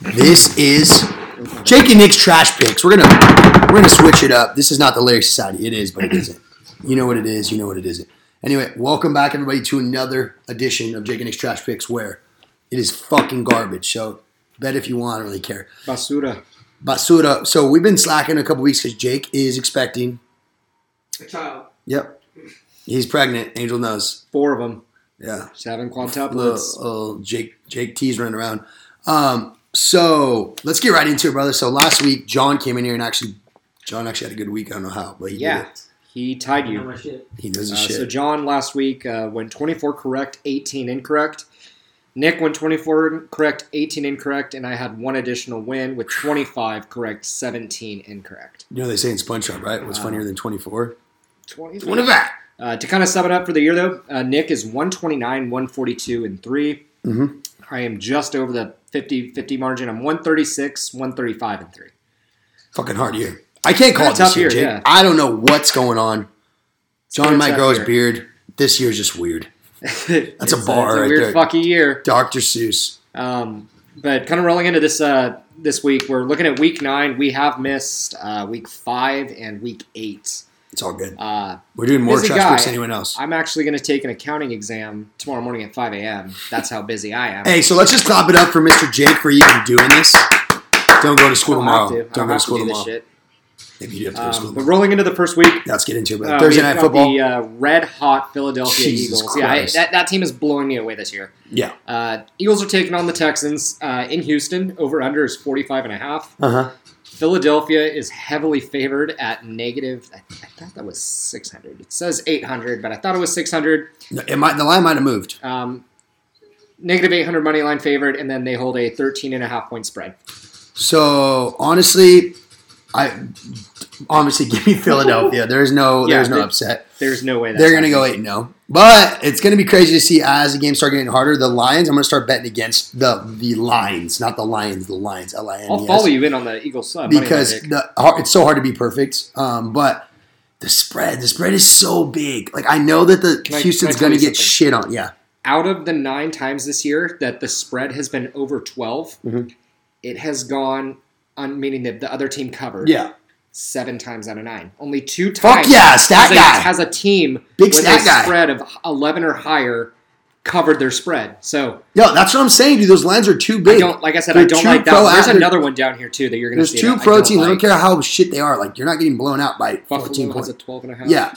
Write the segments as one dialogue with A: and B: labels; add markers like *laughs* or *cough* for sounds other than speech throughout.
A: This is Jake and Nick's trash picks. We're gonna we're gonna switch it up. This is not the Larry Society. It is, but it isn't. You know what it is. You know what it isn't. Anyway, welcome back everybody to another edition of Jake and Nick's trash picks, where it is fucking garbage. So bet if you want. I don't really care.
B: Basura.
A: Basura. So we've been slacking a couple weeks because Jake is expecting.
C: A child.
A: Yep. He's pregnant. Angel knows.
B: Four of them.
A: Yeah.
B: Just having
A: Little,
B: quintuplets.
A: little oh, Jake Jake T's running around. Um, so let's get right into it, brother. So last week John came in here and actually John actually had a good week. I don't know how, but he did
B: Yeah. He tied
C: I know
B: you.
C: my shit.
A: it. He does
B: Uh,
A: his shit.
B: so John last week uh, went 24 correct, 18 incorrect. Nick went 24 correct, 18 incorrect, and I had one additional win with 25 correct, 17 incorrect.
A: you know they say in SpongeBob, right?
B: Uh-huh.
A: What's funnier than twenty four?
B: 25.
A: One of that.
B: Uh, to kind of sum it up for the year, though, uh, Nick is 129, 142, and 3.
A: Mhm.
B: I am just over the 50 50 margin. I'm 136, 135, and *laughs* 3.
A: Fucking hard year. I can't call
B: Kinda
A: it
B: tough
A: this year,
B: year,
A: Jake.
B: yeah.
A: I don't know what's going on. John
B: been a
A: might
B: tough
A: grow his
B: year.
A: beard. This year's just weird.
B: That's
A: a bar
B: It's a
A: right
B: weird
A: there.
B: fucking year.
A: Dr. Seuss.
B: Um, but kind of rolling into this uh, this week, we're looking at week nine. We have missed uh, week five and week eight.
A: It's all good.
B: Uh,
A: We're doing more
B: busy
A: trash picks
B: guy.
A: than anyone else.
B: I'm actually going to take an accounting exam tomorrow morning at 5 a.m. That's how busy I am.
A: Hey, so let's just clap it up for Mr. Jake for even doing this. Don't go to
B: I
A: school
B: don't
A: tomorrow.
B: have to. I
A: Don't,
B: don't
A: go to
B: have
A: school
B: do this
A: tomorrow.
B: shit.
A: If you do have to go to school
B: Um, but
A: tomorrow.
B: rolling into the first week,
A: Yeah, let's get into it. But
B: Uh,
A: Thursday
B: we've
A: night
B: got
A: football.
B: The uh, red hot Philadelphia
A: Jesus
B: Eagles. Yeah, I,
A: Christ.
B: that, that team is blowing me away this year.
A: yeah.
B: Uh, Eagles are taking on the Texans uh, in Houston. Over under is 45 and a half.
A: Uh huh.
B: Philadelphia is heavily favored at negative. I, I thought that was 600. It says 800, but I thought it was 600.
A: It might. The line might have moved.
B: Um, negative 800 money line favored, and then they hold a 13 and a half point spread.
A: So honestly, I obviously *laughs* give me Philadelphia. There's
B: *laughs*
A: no.
B: Yeah,
A: there's no
B: they-
A: upset.
B: There's no way that's
A: They're gonna go eight and zero. But it's gonna be crazy to see as the games start getting harder. The Lions. I'm gonna start betting against the the Lions, not the Lions. The Lions. L I N E S.
B: I'll follow you in on the Eagles uh, money line
A: because
B: pick.
A: the, har- it's so hard to be perfect. Um, but the spread, the spread is so big. Like I know that the
B: Can I-
A: Houston's
B: can I tell
A: going to
B: you
A: get
B: something?
A: shit on. Yeah,
B: out of the nine times this year that the spread has been over 12,
A: Mhm.
B: it has gone on, meaning that the other team covered
A: yeah.
B: seven times out of nine. Only two times
A: Fuck yeah, stat
B: has, a,
A: guy.
B: has a team
A: Big
B: with
A: stat
B: a
A: guy.
B: spread of 11 or higher covered their spread. So
A: No, that's what I'm saying, dude. Those lines are too
B: I
A: big.
B: don't, like I said,
A: They're
B: I don't
A: too
B: like that. one. There's
A: proactive.
B: another one down here too that you're going to
A: There's
B: see.
A: two
B: that I
A: pro teams. I don't
B: like.
A: care how shit they are. Like you're not getting blown out by 14
B: Buffalo
A: points.
B: has a 12 and a half.
A: Yeah,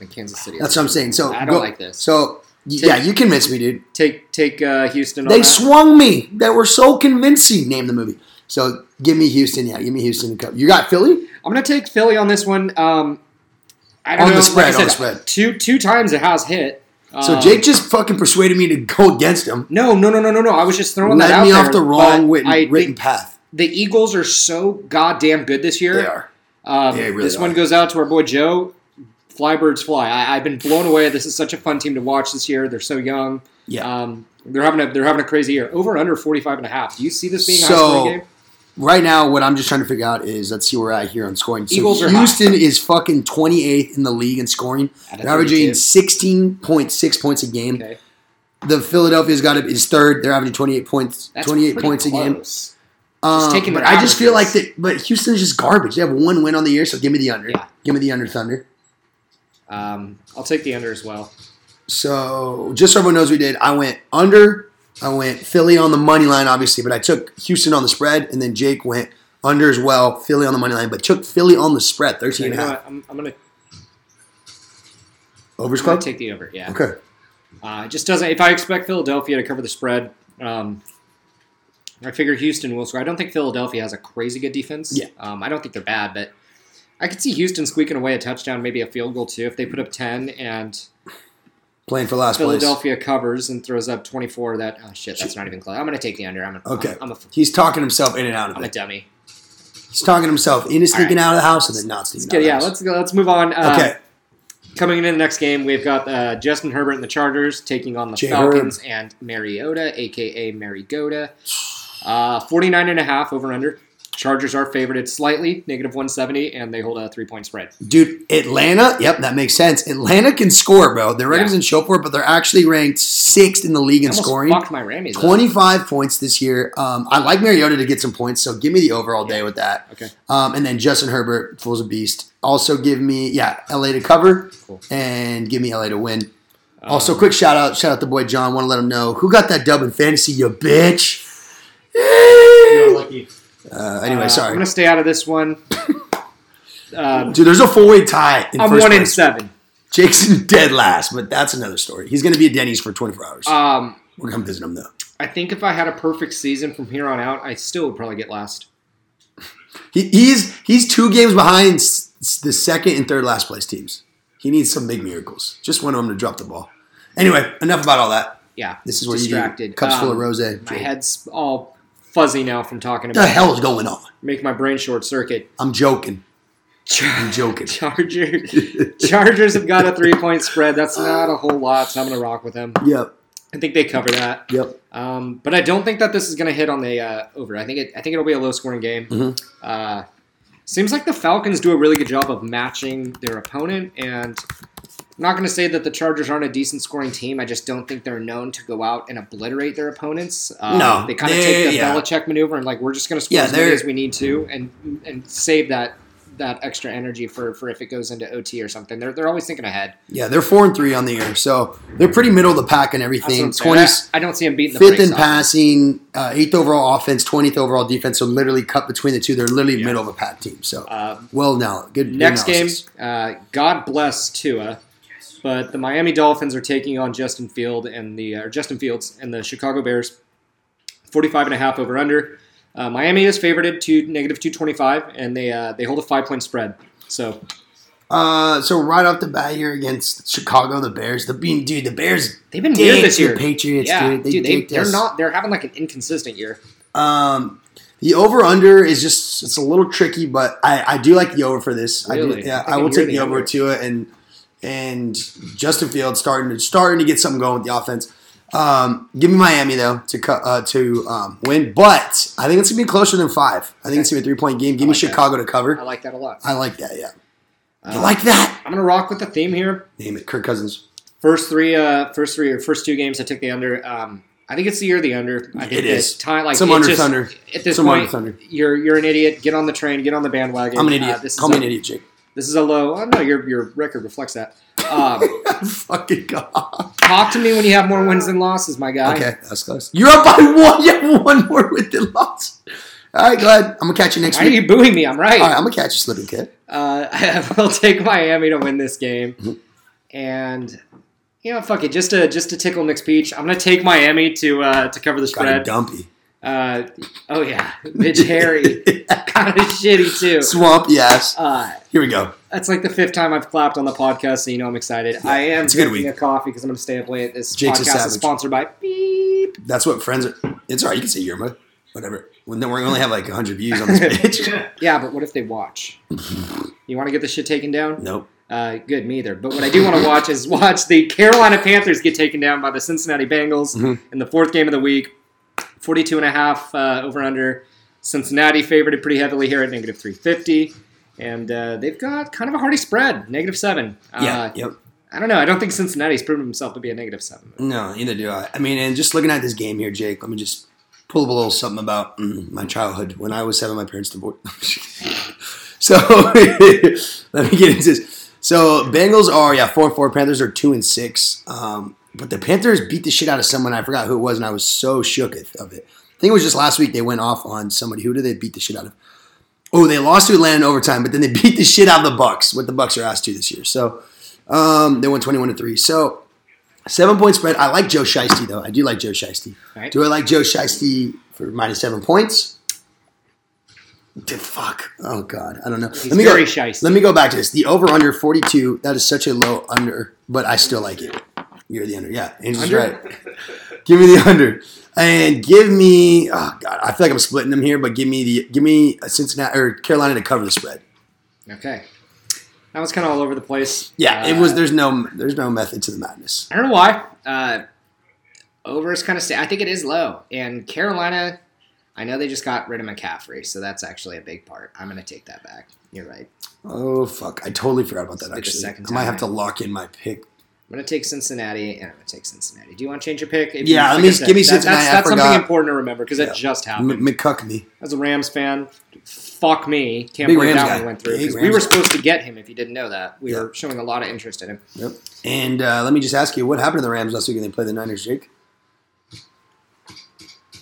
B: And Kansas City.
A: that's what I'm saying. So
B: I don't like this.
A: So y- yeah, you convinced me, dude.
B: Take take uh, Houston on
A: They
B: that.
A: swung me. They were so convincing. Name the movie. So give me Houston. Yeah, give me Houston. to cover. You got Philly.
B: I'm gonna take Philly on this one. Um, I don't
A: On
B: know.
A: the spread,
B: like I
A: on the
B: said,
A: spread.
B: Two two times it has hit.
A: So
B: Um,
A: Jake just fucking persuaded me to go against him.
B: No, no, no, no, no, no. I was just throwing that
A: led
B: out
A: me
B: there,
A: off the
B: but
A: wrong
B: I
A: written,
B: think
A: written path.
B: The Eagles are so goddamn good this year.
A: They are.
B: Um,
A: They really
B: this
A: are.
B: one goes out to our boy Joe. Flybirds fly. I, I've been blown away. This is such a fun team to watch this year. They're so young.
A: Yeah.
B: Um, they're having a they're having a crazy year. Over and under 45 and a half. Do you see this being a high
A: So,
B: scoring game?
A: Right now, what I'm just trying to figure out is let's see where we're at here on scoring. So
B: Eagles are
A: Houston is fucking 28th in the league in scoring,
B: At a
A: They're averaging
B: 32.
A: 16.6 points a game.
B: Okay.
A: The Philadelphia's got to, is third. They're averaging 28 points,
B: That's
A: 28
B: pretty
A: points a game.
B: close.
A: Um,
B: taking
A: but
B: their
A: I just feel like
B: averages.
A: that. But Houston's just garbage. They have one win on the year, so give me the under.
B: Yeah.
A: Give me the under Thunder.
B: Um, I'll take the under as well.
A: So just so everyone knows, we did. I went under. I went Philly on the money line, obviously, but I took Houston on the spread, and then Jake went under as well, Philly on the money line, but took Philly on the spread, 13 and
B: You
A: a
B: know
A: half.
B: what? I'm, I'm gonna,
A: Overs
B: I'm gonna
A: club?
B: take the over. Yeah,
A: Okay.
B: uh, it just doesn't. If I expect Philadelphia to cover the spread, um, I figure Houston will score. I don't think Philadelphia has a crazy good defense.
A: Yeah.
B: um, I don't think they're bad, but I could see Houston squeaking away a touchdown, maybe a field goal too, if they put up ten and
A: Playing for last place.
B: Philadelphia covers and throws up twenty four. That oh shit, that's not even close. I'm gonna take the under. I'm a,
A: Okay.
B: I'm, a,
A: He's talking himself in and out
B: I'm
A: of
B: a
A: it.
B: dummy.
A: He's talking himself in and sneaking
B: All right.
A: out of the house and then not sneaking
B: Let's get,
A: out.
B: yeah,
A: of the
B: let's go. Let's move on. Uh,
A: house. okay.
B: Coming into the next game, we've got uh, Justin Herbert and the Chargers taking on the
A: J.
B: Falcons and Mariota, aka Marigoda. Uh, 49 and a half over under. Chargers are favored slightly, negative 170, and they hold a three point spread.
A: Dude, Atlanta, yep, that makes sense. Atlanta can score, bro. Their record doesn't show for it, but they're actually ranked sixth in the league in
B: Almost
A: scoring.
B: fucked my Rammies. up.
A: 25 points this year. Um, I like Mariota to get some points, so give me the over all day with that.
B: Okay.
A: Um, and then Justin Herbert, fool's a beast. Also, give me yeah, LA to cover
B: Cool.
A: and give me LA to win.
B: Um,
A: Also, quick shout out, shout out the boy John. Want to let him know who got that dub in fantasy, you bitch. Uh,
D: lucky.
A: anyway,
B: uh, I'm
A: sorry,
B: gonna stay out of
A: *laughs*
B: this one. Um,
A: dude. There's a four way tie. In
B: I'm
A: first
B: one in
A: place.
B: seven.
A: Jake's *laughs* dead last, but that's another story. He's going to be at Denny's for 24 hours.
B: Um,
A: We're going to visit him though.
B: I think if I had a perfect season from here on out, I still would probably get last.
A: He, he's he's two games behind s- s- the second and third last place teams. He needs some big miracles. Just one of them to drop the ball. Anyway, enough about all that.
B: Yeah,
A: This is where you
B: distracted.
A: do cups full of
B: Um,
A: rose.
B: My
A: Jake.
B: head's all fuzzy now from talking
A: What the
B: about.
A: hell is going on?
B: Make my brain short circuit.
A: I'm joking. I'm joking.
B: *laughs* Charger, Chargers have got a three point spread. That's not a whole lot, so I'm gonna rock with them.
A: yep.
B: I think they cover that.
A: Yep.
B: Um, but I don't think that this is going to hit on the uh, over. I think it, I think it'll be a low scoring game.
A: Mhm.
B: Uh, seems like the Falcons do a really good job of matching their opponent, and I'm not going to say that the Chargers aren't a decent scoring team. I just don't think they're known to go out and obliterate their opponents. Um,
A: No,
B: they kind of
A: they-
B: take the
A: yeah.
B: Belichick maneuver and like we're just going to score
A: Yeah,
B: as many
A: they're-
B: as we need to, and and save that that extra energy for for if it goes into OT or something. They're they're always thinking ahead.
A: Yeah, they're four and three on the year, so they're pretty middle of the pack and
B: That's what
A: everything.
B: I'm saying.
A: Twenty
B: I, I don't see them beating the
A: fifth
B: brakes
A: in
B: off them.
A: passing, uh, eighth overall offense, twentieth overall defense. So literally cut between the two. They're literally middle of a pack team. So
B: Uh,
A: well now, good. good
B: Next game,
A: analysis.
B: uh, God bless Tua, but the Miami Dolphins are taking on Justin Field and the or Justin Fields and the Chicago Bears. 45 and a half over under. Uh, Miami is favored to negative 225, and they uh, they hold a five point spread. So
A: Uh, so right off the bat here against Chicago, the Bears. The bean, dude, the Bears
B: they've been weird
A: dicked
B: this
A: the
B: year.
A: Patriots,
B: yeah,
A: dude. They
B: they,
A: dicked
B: they're
A: us.
B: not. They're having like an inconsistent year.
A: Um, the over under is just it's a little tricky, but I, I do like the over for this. I do,
B: Really?
A: yeah,
B: I
A: I,
B: think
A: will
B: you're
A: take
B: the
A: the over
B: under.
A: to it, and and Justin Fields starting to starting to get something going with the offense. Um, give me Miami though to co- uh, to um, win, but I think it's gonna be closer than five. I think it's gonna be a three point game. Give me
B: like that.
A: Chicago to
B: I
A: cover.
B: like that a lot.
A: I like that. Yeah, you
B: Uh,
A: like that?
B: I'm gonna rock with the theme here.
A: Name it, Kirk Cousins.
B: First three, uh, first three or first two games, I took the under. Um, I think it's the year of the under. I think
A: It is.
B: it's time, like
A: Some
B: it
A: under
B: just-
A: thunder.
B: At this
A: Some under
B: point,
A: thunder.
B: you're you're an idiot. Get on the train. Get on the bandwagon.
A: I'm an
B: Uh,
A: idiot.
B: this,
A: Call me
B: is
A: an
B: a,
A: idiot, Jake. *laughs*
B: this is a low. Oh no, your your record reflects that. Um, *laughs*
A: Fucking god.
B: talk to me when you have more wins than losses, my guy.
A: Okay, that's close. You're up by *laughs* one. You have one more with the loss. All right, Glad. I'm gonna catch you next
B: Why are
A: week.
B: you booing me? I'm right.
A: All right, I'm gonna catch you slipping, kid.
B: Uh, *laughs* I will take Miami to win this game,
A: Mm-hmm.
B: and you know, fuck it, just to just to tickle Nick's peach, I'm gonna take Miami to uh, to cover the
A: Got him
B: spread. *laughs*
A: dumpy.
B: Uh, oh yeah, Mitch Harry, *laughs* kind of shitty
A: *laughs*
B: too.
A: Swamp. Yes.
B: Uh,
A: Here we go.
B: that's like the fifth time I've clapped on the podcast, so you know I'm excited. I am
A: it's a good
B: drinking
A: week.
B: a coffee because I'm going to stay up late. This
A: Jake's a
B: podcast
A: savage.
B: is sponsored by Beep.
A: That's what friends are. It's all right. You can say Yerma. Whatever. Well, no, We're gonna only have like 100 views on this
B: *laughs*
A: bitch.
B: Yeah, but what if they watch? You want to get this shit taken down?
A: nope.
B: Uh, good, me either. But what I do want to watch is watch the Carolina Panthers get taken down by the Cincinnati Bengals
A: Mhm.
B: in the fourth game of the week. 42 and a half uh, over under. Cincinnati favored it pretty heavily here at negative 350. And uh, they've got kind of a hearty spread, negative seven.
A: Yeah.
B: Uh,
A: yep.
B: I don't know. I don't think Cincinnati's proven himself to be a negative seven.
A: No, neither do I. I mean, and just looking at this game here, Jake. Let me just pull up a little something about mm, my childhood when I was seven. My parents divorced. *laughs* so *laughs* let me get into this. So Bengals are yeah four and four. Panthers are two and six. Um, but the Panthers beat the shit out of someone. I forgot who it was, and I was so shook of of it. I think it was just last week they went off on somebody. Who did they beat the shit out of? Oh, they lost to Atlanta in overtime, but then they *laughs* beat the shit out of the Bucks. What the Bucks are asked to this year. So um, they won twenty one to three. So Seven point spread. I like Joe Shiesty though. I do like Joe Shiesty.
B: Right.
A: Do I like Joe Shiesty for minus seven points? The fuck. Oh god. I don't know.
B: He's very
A: go,
B: shiesty.
A: Let me go back to this. The over under forty two. That is such a low under, but I still like it. You're the under. Yeah. Angel's
B: Under?
A: right. *laughs* give me the under. And give me oh god. I feel like I'm splitting them here, but give me the give me a Cincinnati or Carolina to cover the spread.
B: Okay. That was kind of all over the place.
A: Yeah,
B: Uh,
A: it was there's no there's no method to the madness.
B: I don't know why. Uh, over is kind of. Sta- I think it is low, and Carolina. I know they just got rid of McCaffrey, so that's actually a big part. I'm going to take that back. You're right.
A: Oh fuck! I totally forgot about that.
B: Like the
A: Actually,
B: second
A: I might
B: time.
A: have to lock in my pick.
B: I'm going to take Cincinnati, and I'm going to take Cincinnati. Do you want to change your pick? If
A: Yeah,
B: you-
A: let me-
B: I said,
A: give me
B: that- that's-
A: Cincinnati. I
B: That's,
A: forgot.
B: something important to remember because
A: Yeah.
B: that just happened.
A: M- McCuckney.
B: As a Rams fan, fuck me. Can't
A: Big
B: believe
A: Rams
B: that
A: guy.
B: one went through.
A: Big
B: 'cause we
A: Rams
B: were
A: guy.
B: supposed to get him if you didn't know that. We
A: Yeah.
B: were showing a lot of interest in him.
A: Yep. And uh, let me just ask you, what happened to the Rams last week when they played the Niners, Jake?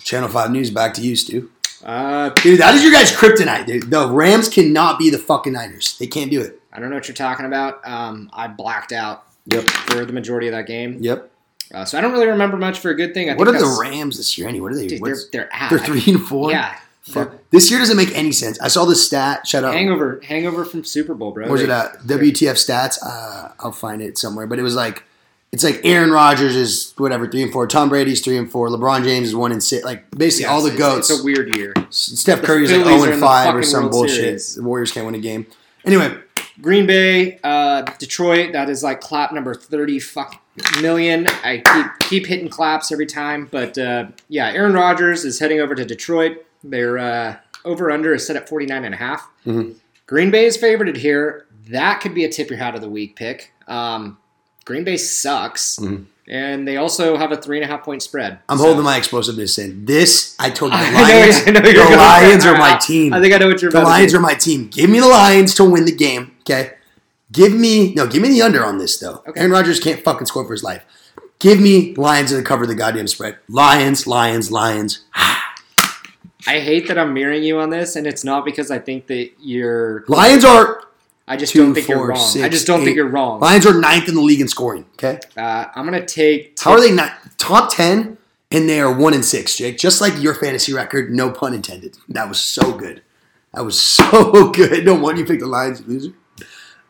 A: Channel Five News, back to you, Stu.
B: Uh,
A: Dude, that is your guys' kryptonite. Dude. The Rams cannot be the fucking Niners. They can't do it.
B: I don't know what you're talking about. Um, I blacked out
A: Yep.
B: for the majority of that game.
A: Yep.
B: Uh, so I don't really remember much for a good thing. I
A: What are
B: think
A: the
B: that's-
A: Rams this year? Anyway, what are they?
B: Dude, they're,
A: what's-
B: they're out.
A: they're three and four.
B: Yeah.
A: Fuck. This year doesn't make any sense. I saw the stat. Shut up.
B: Hangover, hangover from Super Bowl, bro.
A: Oh. Where's
B: They-
A: it uh, at? WTF stats. Uh, I'll find it somewhere. But it was like, it's like Aaron Rodgers is whatever three and four. Tom Brady's three and four. LeBron James is one and six. Like basically
B: yeah,
A: all the
B: it's-
A: goats.
B: It's a weird year.
A: Steph
B: the
A: Curry's like
B: Phillies
A: zero
B: are
A: and
B: in the
A: five or
B: fucking
A: some
B: World
A: bullshit.
B: Series.
A: The Warriors can't win a game. Anyway,
B: Green Bay, uh, Detroit. That is like clap number thirty fuck million. I keep keep hitting claps every time, but uh, yeah, Aaron Rodgers is heading over to Detroit. Their uh, over under is set at forty nine and a half.
A: Mhm.
B: Green Bay is favored here. That could be a tip your hat of the week pick. Um, Green Bay sucks,
A: Mhm.
B: and they also have a three and a half point spread.
A: I'm
B: So-
A: holding my explosiveness in. This I
B: *laughs*
A: told you. The
B: I know-
A: Lions,
B: I know you're
A: the
B: going for *laughs*
A: Lions
B: it.
A: are my
B: I-
A: team.
B: I think I know what you're.
A: The
B: about to
A: Lions
B: do.
A: are my team. Give me the Lions to win the game. Okay. Give me no. Give me the under on this though.
B: Okay.
A: Aaron Rodgers can't fucking score for his life. Give me Lions to cover the goddamn spread. Lions, Lions, Lions.
B: I hate that I'm mirroring you on this, and it's not because I think that you're.
A: Lions are
B: I just do
A: Two,
B: don't think you
A: four,
B: you're wrong. I
A: six,
B: just don't
A: eight.
B: think you're wrong. Uh,
A: Lions are ninth in the league in scoring. Okay.
B: I'm gonna take.
A: How are they not top ten? And they are one and six, Jake. Just like your fantasy record. No pun intended. That was so good. That was *laughs* so good. No wonder you picked the Lions, you loser.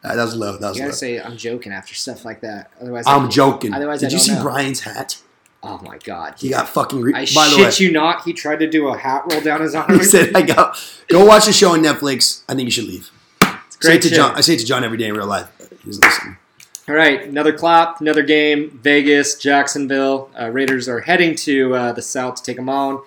A: Uh, that was low. That was
B: You
A: low.
B: gotta say I'm joking after stuff like that. Otherwise, I-
A: I'm joking.
B: Otherwise, I
A: Did you
B: don't
A: see
B: know.
A: Brian's hat?
B: Oh my god!
A: He got fucking. Re-
B: I
A: By the way,
B: shit you not. He tried to do a hat roll down his
A: *laughs*
B: arm.
A: he said, "I go, go watch the show on Netflix. I think you should leave." Say it
B: Great
A: to
B: shit.
A: John. I say it to John every day in real life. but He doesn't listen.
B: All right, another clap, another game. Vegas, Jacksonville. Uh, Raiders are heading to uh, the South to take them on.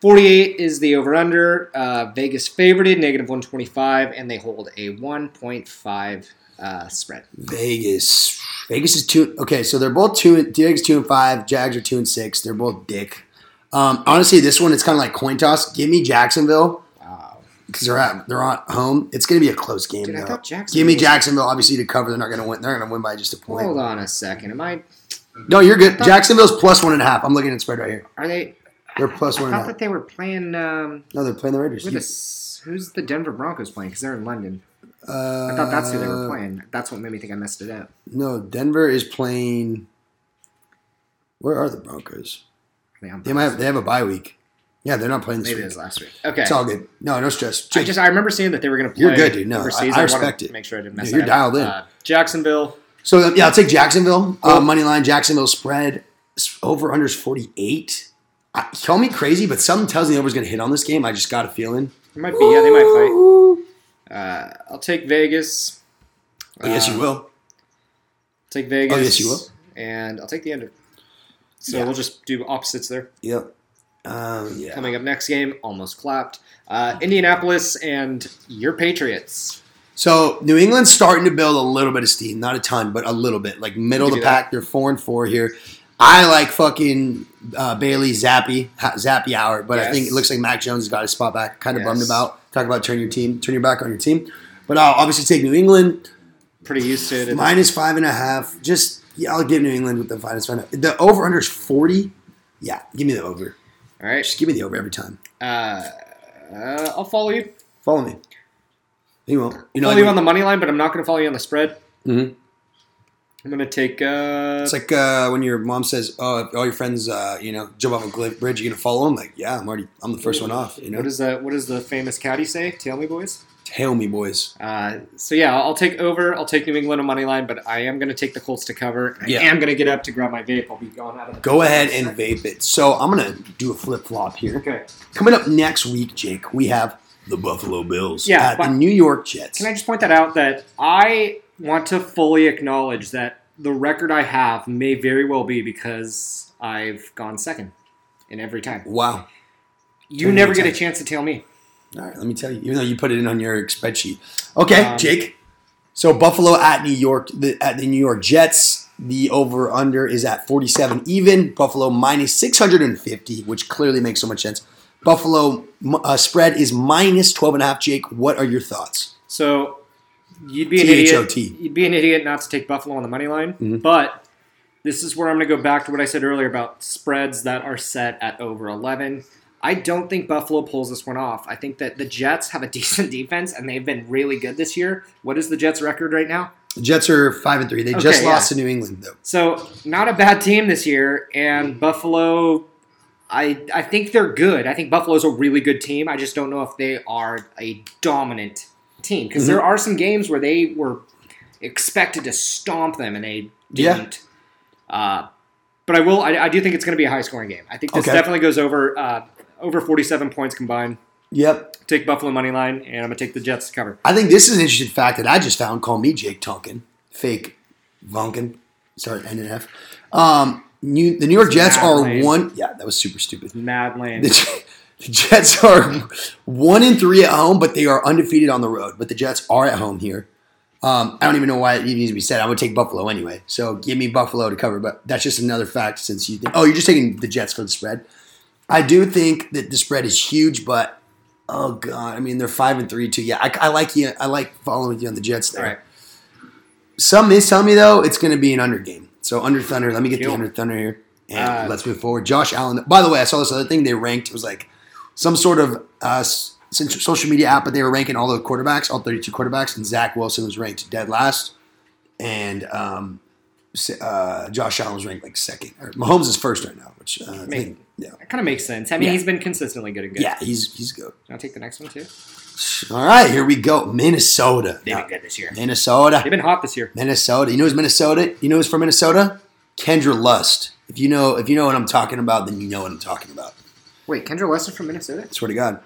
B: 48 is the over under. Uh, Vegas favorited, negative 125, and they hold a 1.5 uh, spread.
A: Vegas. Vegas is two. Okay, so they're both two. and Jags two and five. Jags are two and six. They're both dick. Um, honestly, this one it's kind of like coin toss. Give me Jacksonville
B: Wow.
A: because they're at they're at home. It's going to be a close game.
B: Dude, I
A: though.
B: thought Jacksonville
A: Give me
B: was-
A: Jacksonville. Obviously, to cover, they're not going to win. They're going to win by just a point.
B: Hold on a second. Am I?
A: No, you're good. Jacksonville's plus one and a half. I'm looking at the spread right here.
B: Are they?
A: They're plus
B: I
A: one and a
B: thought
A: half.
B: that they were playing. Um,
A: No, they're playing the Raiders.
B: who are the s- who's the Denver Broncos playing? Because they're in London.
A: Uh,
B: I thought that's who they were playing. That's what made me think I messed it up.
A: No, Denver is playing. Where are the Broncos?
B: I mean, I'm-
A: They might have, they have a bye week. Yeah, they're not playing this
B: maybe it
A: week.
B: was last week. Okay.
A: It's all good. No, no stress.
B: I just I remember seeing that they were going to play.
A: You're good, dude. No,
B: overseas.
A: I- I
B: wanted
A: respect
B: to
A: it.
B: Make sure I didn't mess.
A: Yeah, you're
B: that up.
A: dialed in.
B: Uh, Jacksonville.
A: so yeah, I'll take Jacksonville. Uh,
B: Cool.
A: money line Jacksonville spread over unders forty eight. Call me crazy, but something tells me the over's going to hit on this game. I just got a feeling.
B: It might be. Yeah, they might fight. Uh, I'll take Vegas.
A: Oh, yes, you
B: Uh,
A: will.
B: Take Vegas.
A: Oh, yes, you will.
B: And I'll take the under. So
A: Yeah.
B: we'll just do opposites there.
A: Yep. Um, yeah.
B: Coming up next game, almost clapped. Uh, Indianapolis and your Patriots.
A: So New England's starting to build a little bit of steam, not a ton, but a little bit, like middle of
B: You
A: the
B: can do that.
A: pack. They're four and four here. I like fucking uh, Bailey Zappy ha- Zappy hour, but I
B: Yes.
A: think it looks like Mac Jones has got his spot back. Kind of bummed
B: Yes.
A: about. Talk about turn your team, turn your back on your team. But I'll obviously take New England
B: Pretty used to it.
A: minus five and a half. Just yeah, I'll give New England with the minus five. and a- The over under is forty. Yeah, give me the over.
B: All right.
A: Just give me the over every time.
B: Uh, uh, I'll follow you.
A: Follow me. He won't. You know,
B: follow
A: I
B: you
A: mean?
B: on the money line, but I'm not going to follow you on the spread.
A: Mhm.
B: I'm going to take. Uh,
A: It's like uh, when your mom says, "Oh, if all your friends, uh, you know, jump off a gl- bridge. You're gonna follow them." Like, yeah, I'm already, I'm the first one off. You know,
B: What is that? What does the famous caddy say? Tell me, boys.
A: tail me, boys.
B: Uh, so yeah, I'll take over. I'll take New England on money line, but I am going to take the Colts to cover. I
A: Yeah.
B: am going to get up to grab my vape. I'll be gone out of the.
A: Go ahead and vape it. So I'm gonna do a flip flop here.
B: Okay.
A: Coming up next week, Jake, we have the Buffalo Bills
B: Yeah,
A: at
B: but-
A: the New York Jets.
B: Can I just point that out that I want to fully acknowledge that the record I have may very well be because I've gone second in every time.
A: wow,
B: You never get a chance to tell me.
A: All right, let me tell you, even though you put it in on your spreadsheet. Okay,
B: Um,
A: Jake. So Buffalo at New York, the, at the New York Jets, the over under is at 47 even. Buffalo minus 650, which clearly makes so much sense. Buffalo m- uh, spread is minus 12 and a half. Jake, what are your thoughts?
B: So you'd be an
A: THOT.
B: idiot. You'd be an idiot not to take Buffalo on the money line. But this is where I'm going to go back to what I said earlier about spreads that are set at over 11. I don't think Buffalo pulls this one off. I think that the Jets have a *laughs* decent defense and they've been really good this year. What is the Jets' record right now?
A: The Jets are five and three. They just
B: Okay,
A: lost to New England though.
B: So not a bad team this year, and Buffalo. I, I think they're good. I think Buffalo's a really good team. I just don't know if they are a dominant team because there are some games where they were expected to stomp them and they
A: Yeah.
B: didn't. Uh, but I will. I, I do think it's going to be a high scoring game. I think this
A: Okay.
B: definitely goes over uh, over forty seven points combined.
A: Yep.
B: Take Buffalo money line, and I'm going to take the Jets to cover.
A: I think this is an interesting fact that I just found. Call me Jake Tonkin, fake Vonkin. Sorry, N and F. Um, New, the New York Jets
B: Matt
A: are
B: Lane.
A: one. Yeah, that was super stupid.
B: Mad land.
A: The, J- *laughs* the Jets are one and three at home, but they are undefeated on the road. But the Jets are at home here. Um, I don't even know why it even needs to be said. I would take Buffalo anyway. So give me Buffalo to cover. But that's just another fact since you think, oh, you're just taking the Jets for the spread. I do think that the spread is huge, but oh god, I mean they're five and three too. Yeah, I, I like you. I like following you on the Jets there.
B: All right.
A: Some is telling me though it's going to be an under game. So under Thunder, let me get the
B: Yep.
A: under Thunder here, and
B: Uh,
A: let's move forward. Josh Allen. By the way, I saw this other thing they ranked. It was like some sort of uh, s- social media app, but they were ranking all the quarterbacks, all 32 quarterbacks, and Zach Wilson was ranked dead last, and um, s- uh, Josh Allen was ranked like second. Or Mahomes is first right now, which uh, I
B: Make-
A: think, yeah,
B: That kind of makes sense. I mean,
A: Yeah.
B: he's been consistently good and good.
A: yeah, he's he's good.
B: Can I take the next one too?
A: All right, here we go. Minnesota.
B: They've
A: Now,
B: been good this year.
A: Minnesota.
B: They've been hot this year.
A: Minnesota. You know who's Minnesota? You know who's from Minnesota? Kendra Lust. If you know if you know what I'm talking about, then you know what I'm talking about.
B: Wait, Kendra Lester from Minnesota?
A: I swear to God.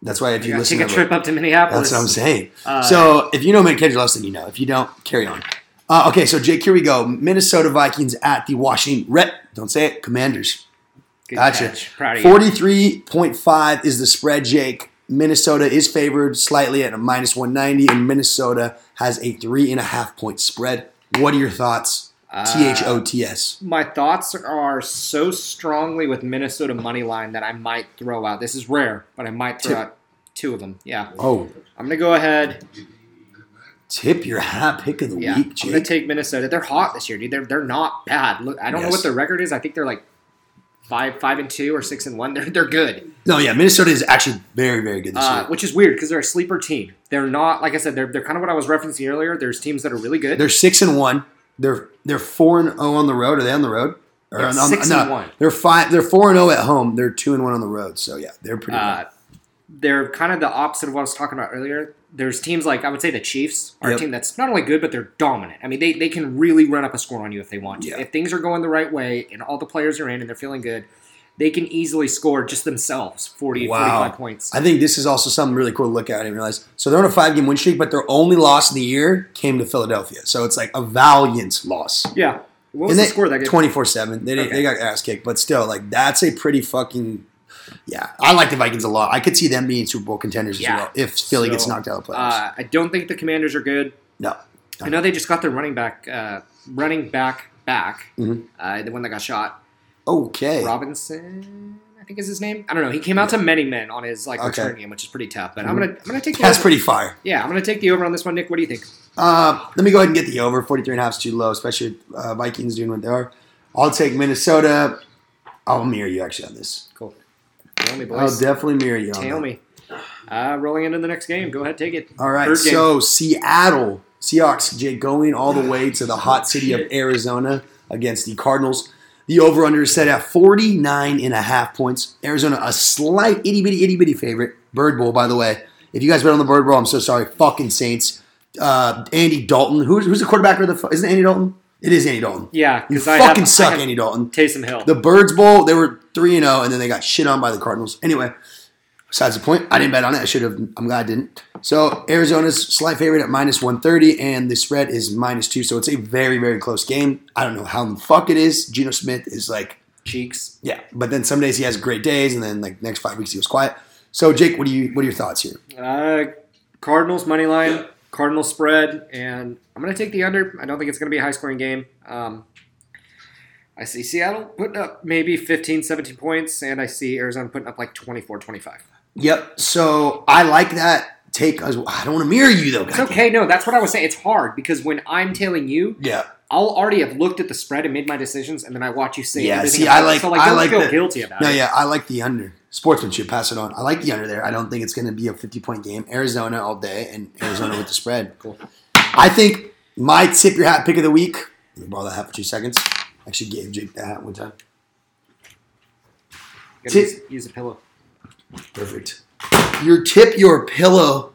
A: That's why if you
B: Yeah,
A: listen
B: take
A: to
B: a trip up to
A: that's
B: Minneapolis.
A: what I'm saying.
B: Uh,
A: so if you know Kendra Lust, then you know. If you don't, carry on. Uh, okay, so Jake, here we go. Minnesota Vikings at the Washington Red. Don't say it. Commanders.
B: Good
A: Gotcha.
B: catch. Proud of you.
A: Forty-three point five is the spread, Jake. Minnesota is favored slightly at a minus one ninety, and Minnesota has a three and a half point spread. What are your thoughts?
B: Uh,
A: T H O T S.
B: My thoughts are so strongly with Minnesota money line that I might throw out. This is rare, but I might throw
A: Two.
B: out two of them. Yeah,
A: Oh,
B: I'm gonna go ahead.
A: tip your hat pick of the
B: Yeah,
A: week,
B: I'm gonna
A: Jake.
B: take Minnesota. They're hot this year, dude. They're they're not bad. Look, I don't know
A: Yes.
B: what their record is. I think they're like five five and two or six and one. *laughs* They're they're good.
A: no, yeah, Minnesota is actually very, very good this
B: Uh,
A: year.
B: which is weird because they're a sleeper team. They're not like I said. They're, they're kind of what I was referencing earlier. There's teams that are really good.
A: They're six and one. They're they're four and zero on the road. Are they on the road? Or
B: They're
A: on- on-
B: six
A: no,
B: and one.
A: They're five. They're four and zero at home. They're two and one on the road. So yeah, they're pretty.
B: Uh, they're kind of the opposite of what I was talking about earlier. There's teams like I would say the Chiefs are
A: Yep.
B: a team that's not only good but they're dominant. I mean, they, they can really run up a score on you if they want to.
A: Yeah.
B: If things are going the right way and all the players are in and they're feeling good, they can easily score just themselves 40
A: Wow.
B: 45 points.
A: I think this is also something really cool to look at and realize. So they're on a five game win streak, but their only loss of the year came to Philadelphia. So it's like a valiant loss.
B: yeah. What was
A: And
B: the score of that game?
A: 24 7. They, didn't-
B: Okay.
A: they got ass kicked, but still, like, that's a pretty fucking. Yeah. I like the Vikings a lot. I could see them being Super Bowl contenders
B: Yeah.
A: as well if Philly
B: So,
A: gets knocked out of the playoffs.
B: Uh, I don't think the Commanders are good.
A: no.
B: I know they just got their running back uh, running back back.
A: Mhm.
B: Uh, the one that got shot,
A: Okay.
B: Robinson, I think is his name. I don't know. He came out to many men on his like
A: Okay.
B: return game, which is pretty tough. But I'm gonna I'm gonna take the
A: That's
B: over.
A: pretty fire.
B: Yeah, I'm gonna take the over on this one, Nick. What do you think?
A: Uh, let me go ahead and get the over. 43 and a half is too low, especially with uh, Vikings doing what they are. I'll take Minnesota. I'll mirror you actually on this.
B: Cool. Tell me,
A: I'll
B: boys.
A: Oh, definitely mirror you on that.
B: Tell me. Uh, rolling into the next game. Go ahead, take it.
A: All right,
B: Third game. Ah,
A: so Seattle Seahawks, Jay, going all the way to the hot city of Arizona against the Cardinals. The over-under is set at 49 and a half points. Arizona, a slight itty-bitty, itty-bitty favorite. Bird Bowl, by the way. If you guys bet on the Bird Bowl, I'm so sorry. Fucking Saints. Uh, Andy Dalton. Who's, who's the quarterback of the... fu- Isn't it Andy Dalton? It is Andy Dalton.
B: yeah,
A: You
B: because I
A: fucking
B: have,
A: suck,
B: I have
A: Andy Dalton.
B: Taysom Hill.
A: The Birds Bowl, they were 3 and 0, and then they got shit on by the Cardinals. Anyway, besides the point, I didn't bet on it. I should have. I'm glad I didn't. So, Arizona's slight favorite at minus 130, and the spread is minus 2. So, it's a very, very close game. I don't know how the fuck it is. Geno Smith is like
B: cheeks.
A: Yeah, but then some days he has great days, and then like next five weeks he was quiet. So Jake, what do you what are your thoughts here?
B: Uh, Cardinals money line, Cardinals spread, and I'm going to take the under. I don't think it's going to be a high scoring game. Um, I see Seattle putting up maybe 15, 17 points, and I see Arizona putting up like 24, 25.
A: Yep. So I like that take. as well. I don't want to mirror you though.
B: It's
A: goddamn.
B: okay. No, that's what I was saying. It's hard because when I'm tailing you,
A: Yeah.
B: I'll already have looked at the spread and made my decisions, and then I watch you say
A: Yeah,
B: everything.
A: see,
B: about
A: I
B: it.
A: like-
B: so like,
A: I
B: don't
A: like
B: feel
A: the-
B: guilty about
A: No,
B: it.
A: yeah, I like the under. Sportsmanship, pass it on. I like the under there. I don't think it's going to be a 50 point game. Arizona all day and Arizona with the spread.
B: Cool.
A: I think my tip your hat pick of the week. Let me borrow that hat for two seconds. I actually gave Jake that hat one time.
B: Gotta
A: Ti-
B: Use, use a pillow.
A: Perfect. Your tip your pillow,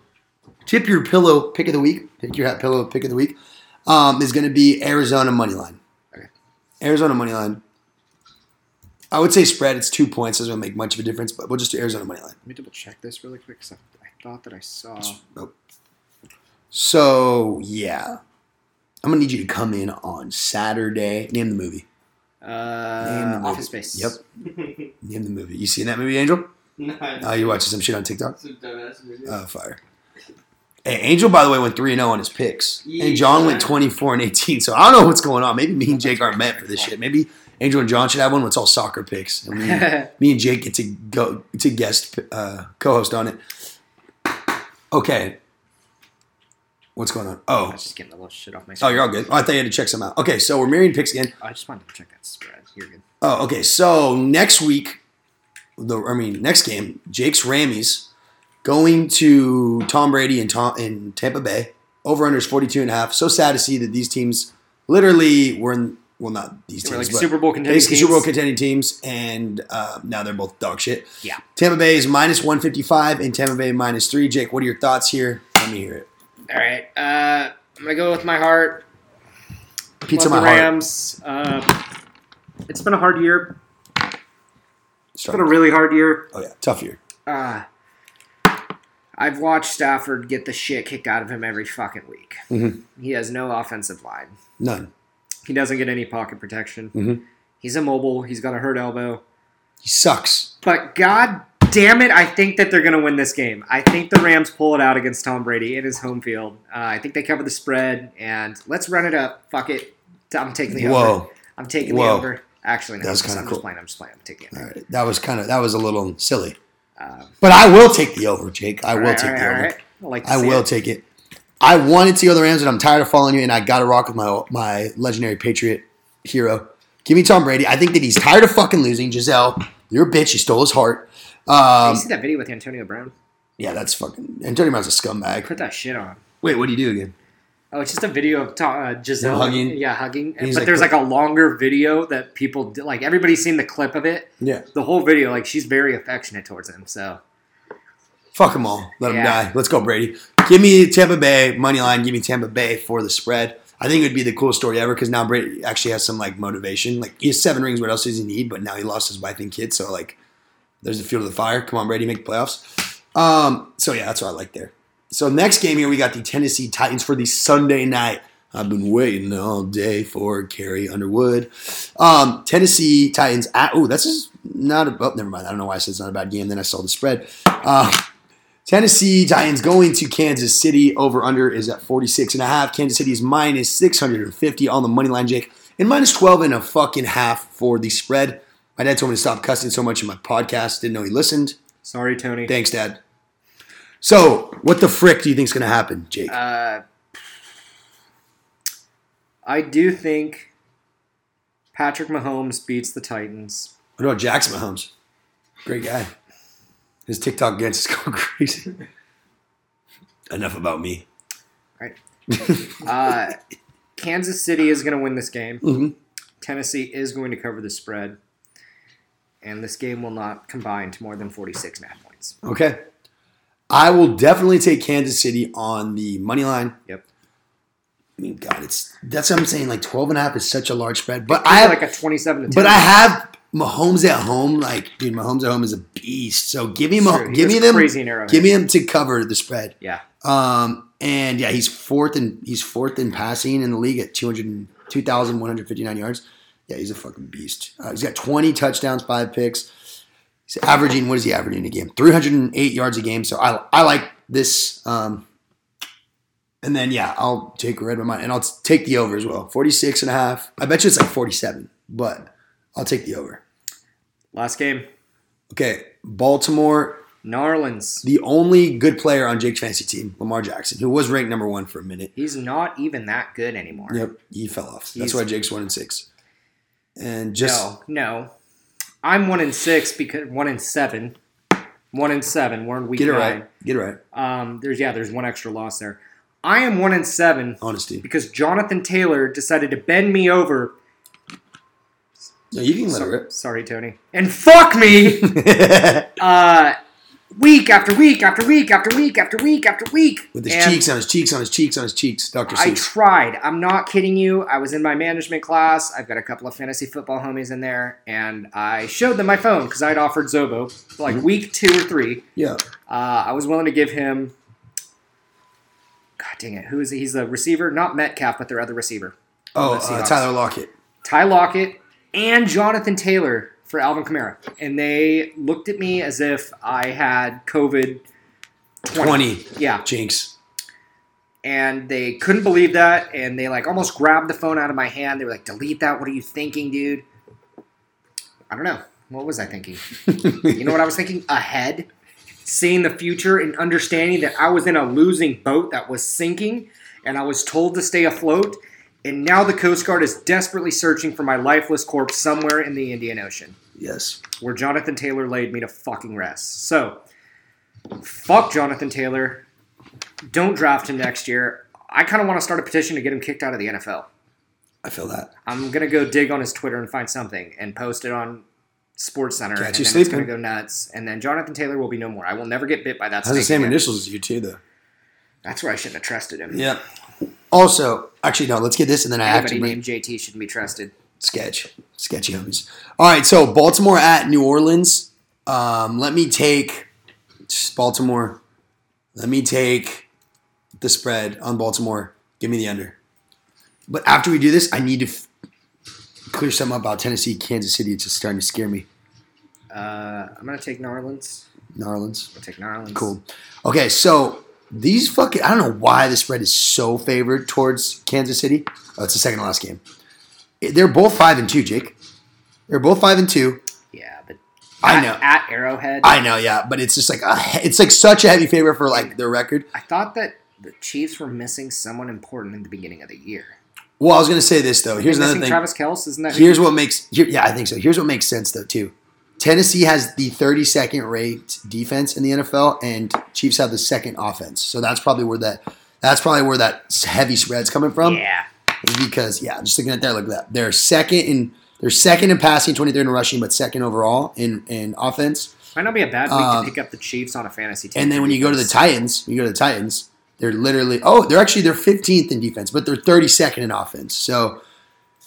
A: tip your pillow pick of the week, pick your hat pillow pick of the week, um, is going to be Arizona money line.
B: Okay.
A: Arizona money line. I would say spread. It's two points. Doesn't make much of a difference, but we'll just do Arizona money line.
B: Let me double check this really quick because I, I thought that I saw.
A: Oh. So yeah, I'm gonna need you to come in on Saturday. Name the movie.
B: Uh,
A: movie.
B: office Space.
A: Yep. Name the movie. You seen that movie, Angel?
C: *laughs* nice.
A: Oh, you watching some shit on TikTok?
C: Some dumbass movie.
A: Oh, fire. Hey, Angel, by the way, went three and zero on his picks, and John went twenty four and eighteen. So I don't know what's going on. Maybe me and Jake aren't meant for this shit. Maybe Angel and John should have one. where It's all soccer picks,
B: *laughs*
A: and me, me and Jake get to go to guest uh, co-host on it. Okay, what's going on?
B: I
A: Oh,
B: was just getting a little shit off my.
A: Oh, you're all good. Oh, I thought you had to check some out. Okay, so we're marrying picks again.
B: I just wanted to check that spread. You're good.
A: Oh, okay. So next week, the I mean next game, Jake's Rammies going to Tom Brady in Tom in Tampa Bay. Over under is 42 and a half. So sad to see that these teams literally were in well not these
B: They were
A: teams,
B: like
A: but
B: Super Bowl contending.
A: basically Super Bowl
B: teams.
A: contending teams, and uh, now they're both dog shit.
B: Yeah.
A: Tampa Bay is minus 155 and Tampa Bay minus three. Jake, what are your thoughts here? Let me hear it.
B: All right. Uh, I'm gonna go with my heart.
A: Pizza my
B: Love the
A: heart.
B: Rams. Uh, it's been a hard year. It's
A: Sorry.
B: been a really hard year.
A: Oh yeah, tough year.
B: Uh, I've watched Stafford get the shit kicked out of him every fucking week.
A: Mhm.
B: He has no offensive line.
A: None.
B: He doesn't get any pocket protection.
A: Mhm.
B: He's immobile. He's got a hurt elbow.
A: He sucks.
B: But god damn it, I think that they're going to win this game. I think the Rams pull it out against Tom Brady in his home field. Uh, I think they cover the spread and let's run it up. Fuck it. I'm taking the over.
A: Whoa,
B: I'm taking
A: Whoa.
B: the over. Actually, no,
A: That was
B: I'm just-
A: kinda
B: I'm
A: cool.
B: just playing. I'm just playing. I'm taking it.
A: All right. that was kind of that was a little silly,
B: Um,
A: but I will take the over, Jake. I
B: all
A: will
B: right,
A: take
B: all
A: the
B: right,
A: over.
B: all right. I, like to
A: I
B: see
A: will
B: it.
A: take it. I wanted to go the Rams, and I'm tired of following you. And I got to rock with my my legendary Patriot hero. Give me Tom Brady. I think that he's tired of fucking losing. Giselle, you're a bitch. You stole his heart.
B: Did
A: Um,
B: you see that video with Antonio Brown?
A: yeah, that's fucking. And Tony Brown's a scumbag.
B: Put that shit on.
A: Wait, what do you do again?
B: Oh, it's just a video of Ta- uh, Giselle
A: Them hugging?
B: Yeah, hugging.
A: And he's
B: But
A: like,
B: there's
A: put-
B: like a longer video that people did, like. Everybody's seen the clip of it.
A: Yeah,
B: The whole video, like she's very affectionate towards him. So
A: fuck them all. Let them
B: Yeah.
A: die. Let's go, Brady. Give me Tampa Bay money line. Give me Tampa Bay for the spread. I think it would be the coolest story ever because now Brady actually has some like motivation. Like he has seven rings. What else does he need? But now he lost his wife and kids. So like, there's the field of the fire. Come on, Brady, make the playoffs. Um, so yeah, that's what I like there. So next game here, we got the Tennessee Titans for the Sunday night. I've been waiting all day for Carrie Underwood. Um, Tennessee Titans at oh, that's just not a oh, never mind. I don't know why I said it's not a bad game. Then I saw the spread. Uh, Tennessee Titans going to Kansas City. Over under is at 46 and a half. Kansas City is minus 650 on the money line, Jake, and minus 12 and a fucking half for the spread. My dad told me to stop cussing so much in my podcast. Didn't know he listened.
B: sorry, Tony.
A: Thanks, Dad. So, what the frick do you think's going to happen, Jake?
B: Uh, I do think Patrick Mahomes beats the Titans.
A: what about Jackson Mahomes? Great guy. His TikTok dance is *laughs* going crazy. Enough about me.
B: Right.
A: *laughs*
B: Uh, Kansas City is going to win this game.
A: Mhm.
B: Tennessee is going to cover the spread, and this game will not combine to more than 46 and a half points.
A: Okay. I will definitely take Kansas City on the money line.
B: Yep.
A: I mean, God, it's that's what I'm saying. Like 12 and a half is such a large spread. But I
B: I
A: have,
B: like a 27 to 10.
A: but I have Mahomes at home. Like, dude, Mahomes at home is a beast. So give me Mah-
B: True, he
A: give me
B: was
A: them
B: crazy in Arrowhead.
A: give me him to cover the spread.
B: yeah.
A: Um, and yeah, he's fourth in he's fourth in passing in the league at 200 and- 2,159 yards. Yeah, he's a fucking beast. Uh, he's got 20 touchdowns, five picks. He's averaging, what is he averaging a game? 308 yards a game. So I, I like this. Um, and then, yeah, I'll take red by mine. And I'll t- take the over as well. 46 and a half. I bet you it's like 47, but I'll take the over.
B: Last game,
A: Okay, Baltimore
B: Narlins.
A: the only good player on Jake's fantasy team, Lamar Jackson, who was ranked number one for a minute.
B: He's not even that good anymore.
A: Yep, he fell off. That's
B: He's-
A: why Jake's one and six. And just
B: No, no. I'm one in six because one in seven. One in seven. We're in week
A: get it
B: nine.
A: right, get it right.
B: Um, there's yeah, there's one extra loss there. I am one in seven
A: Honesty.
B: because Jonathan Taylor decided to bend me over.
A: No, you can let
B: So-
A: it rip.
B: sorry, Tony. And
A: *laughs*
B: fuck me. *laughs* uh, week after week after week after week after week after week.
A: With his
B: And
A: cheeks on his cheeks on his cheeks on his cheeks, Doctor
B: I
A: Seuss.
B: tried. I'm not kidding you. I was in my management class. I've got a couple of fantasy football homies in there, and I showed them my phone because I'd offered Zobo like week two or three.
A: yeah,
B: Uh, I was willing to give him. God dang it! Who is he? He's the receiver, not Metcalf, but their other receiver,
A: oh,
B: Let's see,
A: uh,
B: Hawks.
A: Tyler Lockett.
B: Ty Lockett, and Jonathan Taylor for Alvin Kamara, and they looked at me as if I had COVID.
A: 20.
B: Yeah,
A: Jinx.
B: and they couldn't believe that, and they like almost grabbed the phone out of my hand. They were like, "Delete that! What are you thinking, dude?" I don't know. What was I thinking? You know what I was thinking? Ahead, seeing the future and understanding that I was in a losing boat that was sinking and I was told to stay afloat. And now the Coast Guard is desperately searching for my lifeless corpse somewhere in the Indian Ocean
A: *laughs* yes.
B: where Jonathan Taylor laid me to fucking rest. So, fuck Jonathan Taylor. Don't draft him next year. I kind of want to start a petition to get him kicked out of the NFL.
A: I feel that.
B: I'm gonna go dig on his Twitter and find something and post it on Sports Center.
A: Catch
B: and
A: you
B: then it's
A: sleeping.
B: gonna go nuts. And then Jonathan Taylor will be no more. I will never get bit by that
A: Has the
B: snake.
A: same
B: again.
A: initials as you too, though.
B: That's where I shouldn't have trusted him.
A: Yeah. Also, actually, no. Let's get this, and then I have to
B: Anybody
A: bring
B: named JT shouldn't be trusted.
A: sketch, sketchy homies. All right, so Baltimore at New Orleans. Um, let me take just Baltimore. Let me take the spread on Baltimore. Give me the under. But after we do this, I need to f- clear something up about Tennessee, Kansas City. It's just starting to scare me.
B: Uh, I'm gonna take Narlands.
A: New Orleans.
B: I'll take Narlands.
A: Cool. Okay, so these fucking I don't know why the spread is so favored towards Kansas City. Oh, it's the second to last game. They're both five and two, Jake. They're both five and two.
B: Yeah, but
A: I
B: at-
A: know.
B: at Arrowhead.
A: I know, yeah, but it's just like a, it's like such a heavy favor for like their record.
B: I thought that the Chiefs were missing someone important in the beginning of the year.
A: Well, I was gonna say this though. Here's
B: They're
A: another
B: missing
A: thing.
B: Travis Kelce, isn't that? who-
A: Here's what makes here, yeah, I think so. Here's what makes sense though too. Tennessee has the 32nd ranked defense in the NFL, and Chiefs have the second offense. So that's probably where that that's probably where that heavy spread's coming from.
B: yeah,
A: is because yeah, just looking at that, look at that. They're second in they're second in passing, 23rd in rushing, but second overall in in offense.
B: might not be a bad week
A: Um,
B: to pick up the Chiefs on a fantasy team.
A: And then when you go to the Titans, you go to the Titans, they're literally oh, they're actually they're 15th in defense, but they're 32nd in offense. So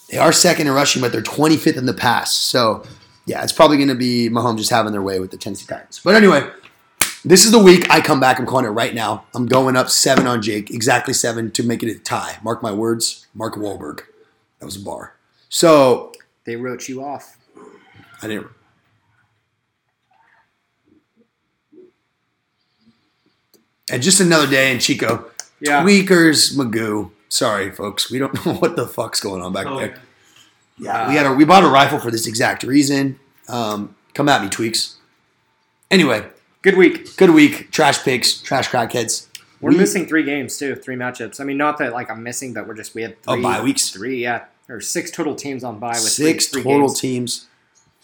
A: they are second in rushing, but they're 25th in the pass. So yeah, it's probably going to be Mahomes just having their way with the Tennessee Titans. But anyway, this is the week I come back. I'm calling it right now. I'm going up seven on Jake, exactly seven to make it a tie. Mark my words, Mark Wahlberg. That was a bar. So
B: they wrote you off.
A: I didn't. And just another day in Chico.
B: Yeah,
A: Tweakers Magoo. Sorry, folks. We don't *laughs* know what the fuck's going on back
C: Oh,
A: there.
C: yeah.
A: Yeah, we had a we bought a rifle for this exact reason. Um, come at me, tweaks. Anyway,
B: good week.
A: good week. Trash picks, trash crackheads.
B: We're
A: We-
B: missing three games too, three matchups. I mean, not that like I'm missing, but we're just we had
A: Oh,
B: three
A: bye weeks?
B: three yeah, or six total teams on bye with three-
A: Six
B: three
A: total
B: games,
A: teams.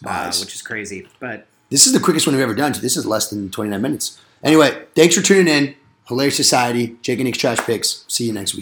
B: uh,
A: Buys.
B: which is crazy. But
A: This is the quickest one we've ever done. So this is less than 29 minutes. Anyway, thanks for tuning in. Hilarious Society, Jake and Nick's Trash Picks. See you next week.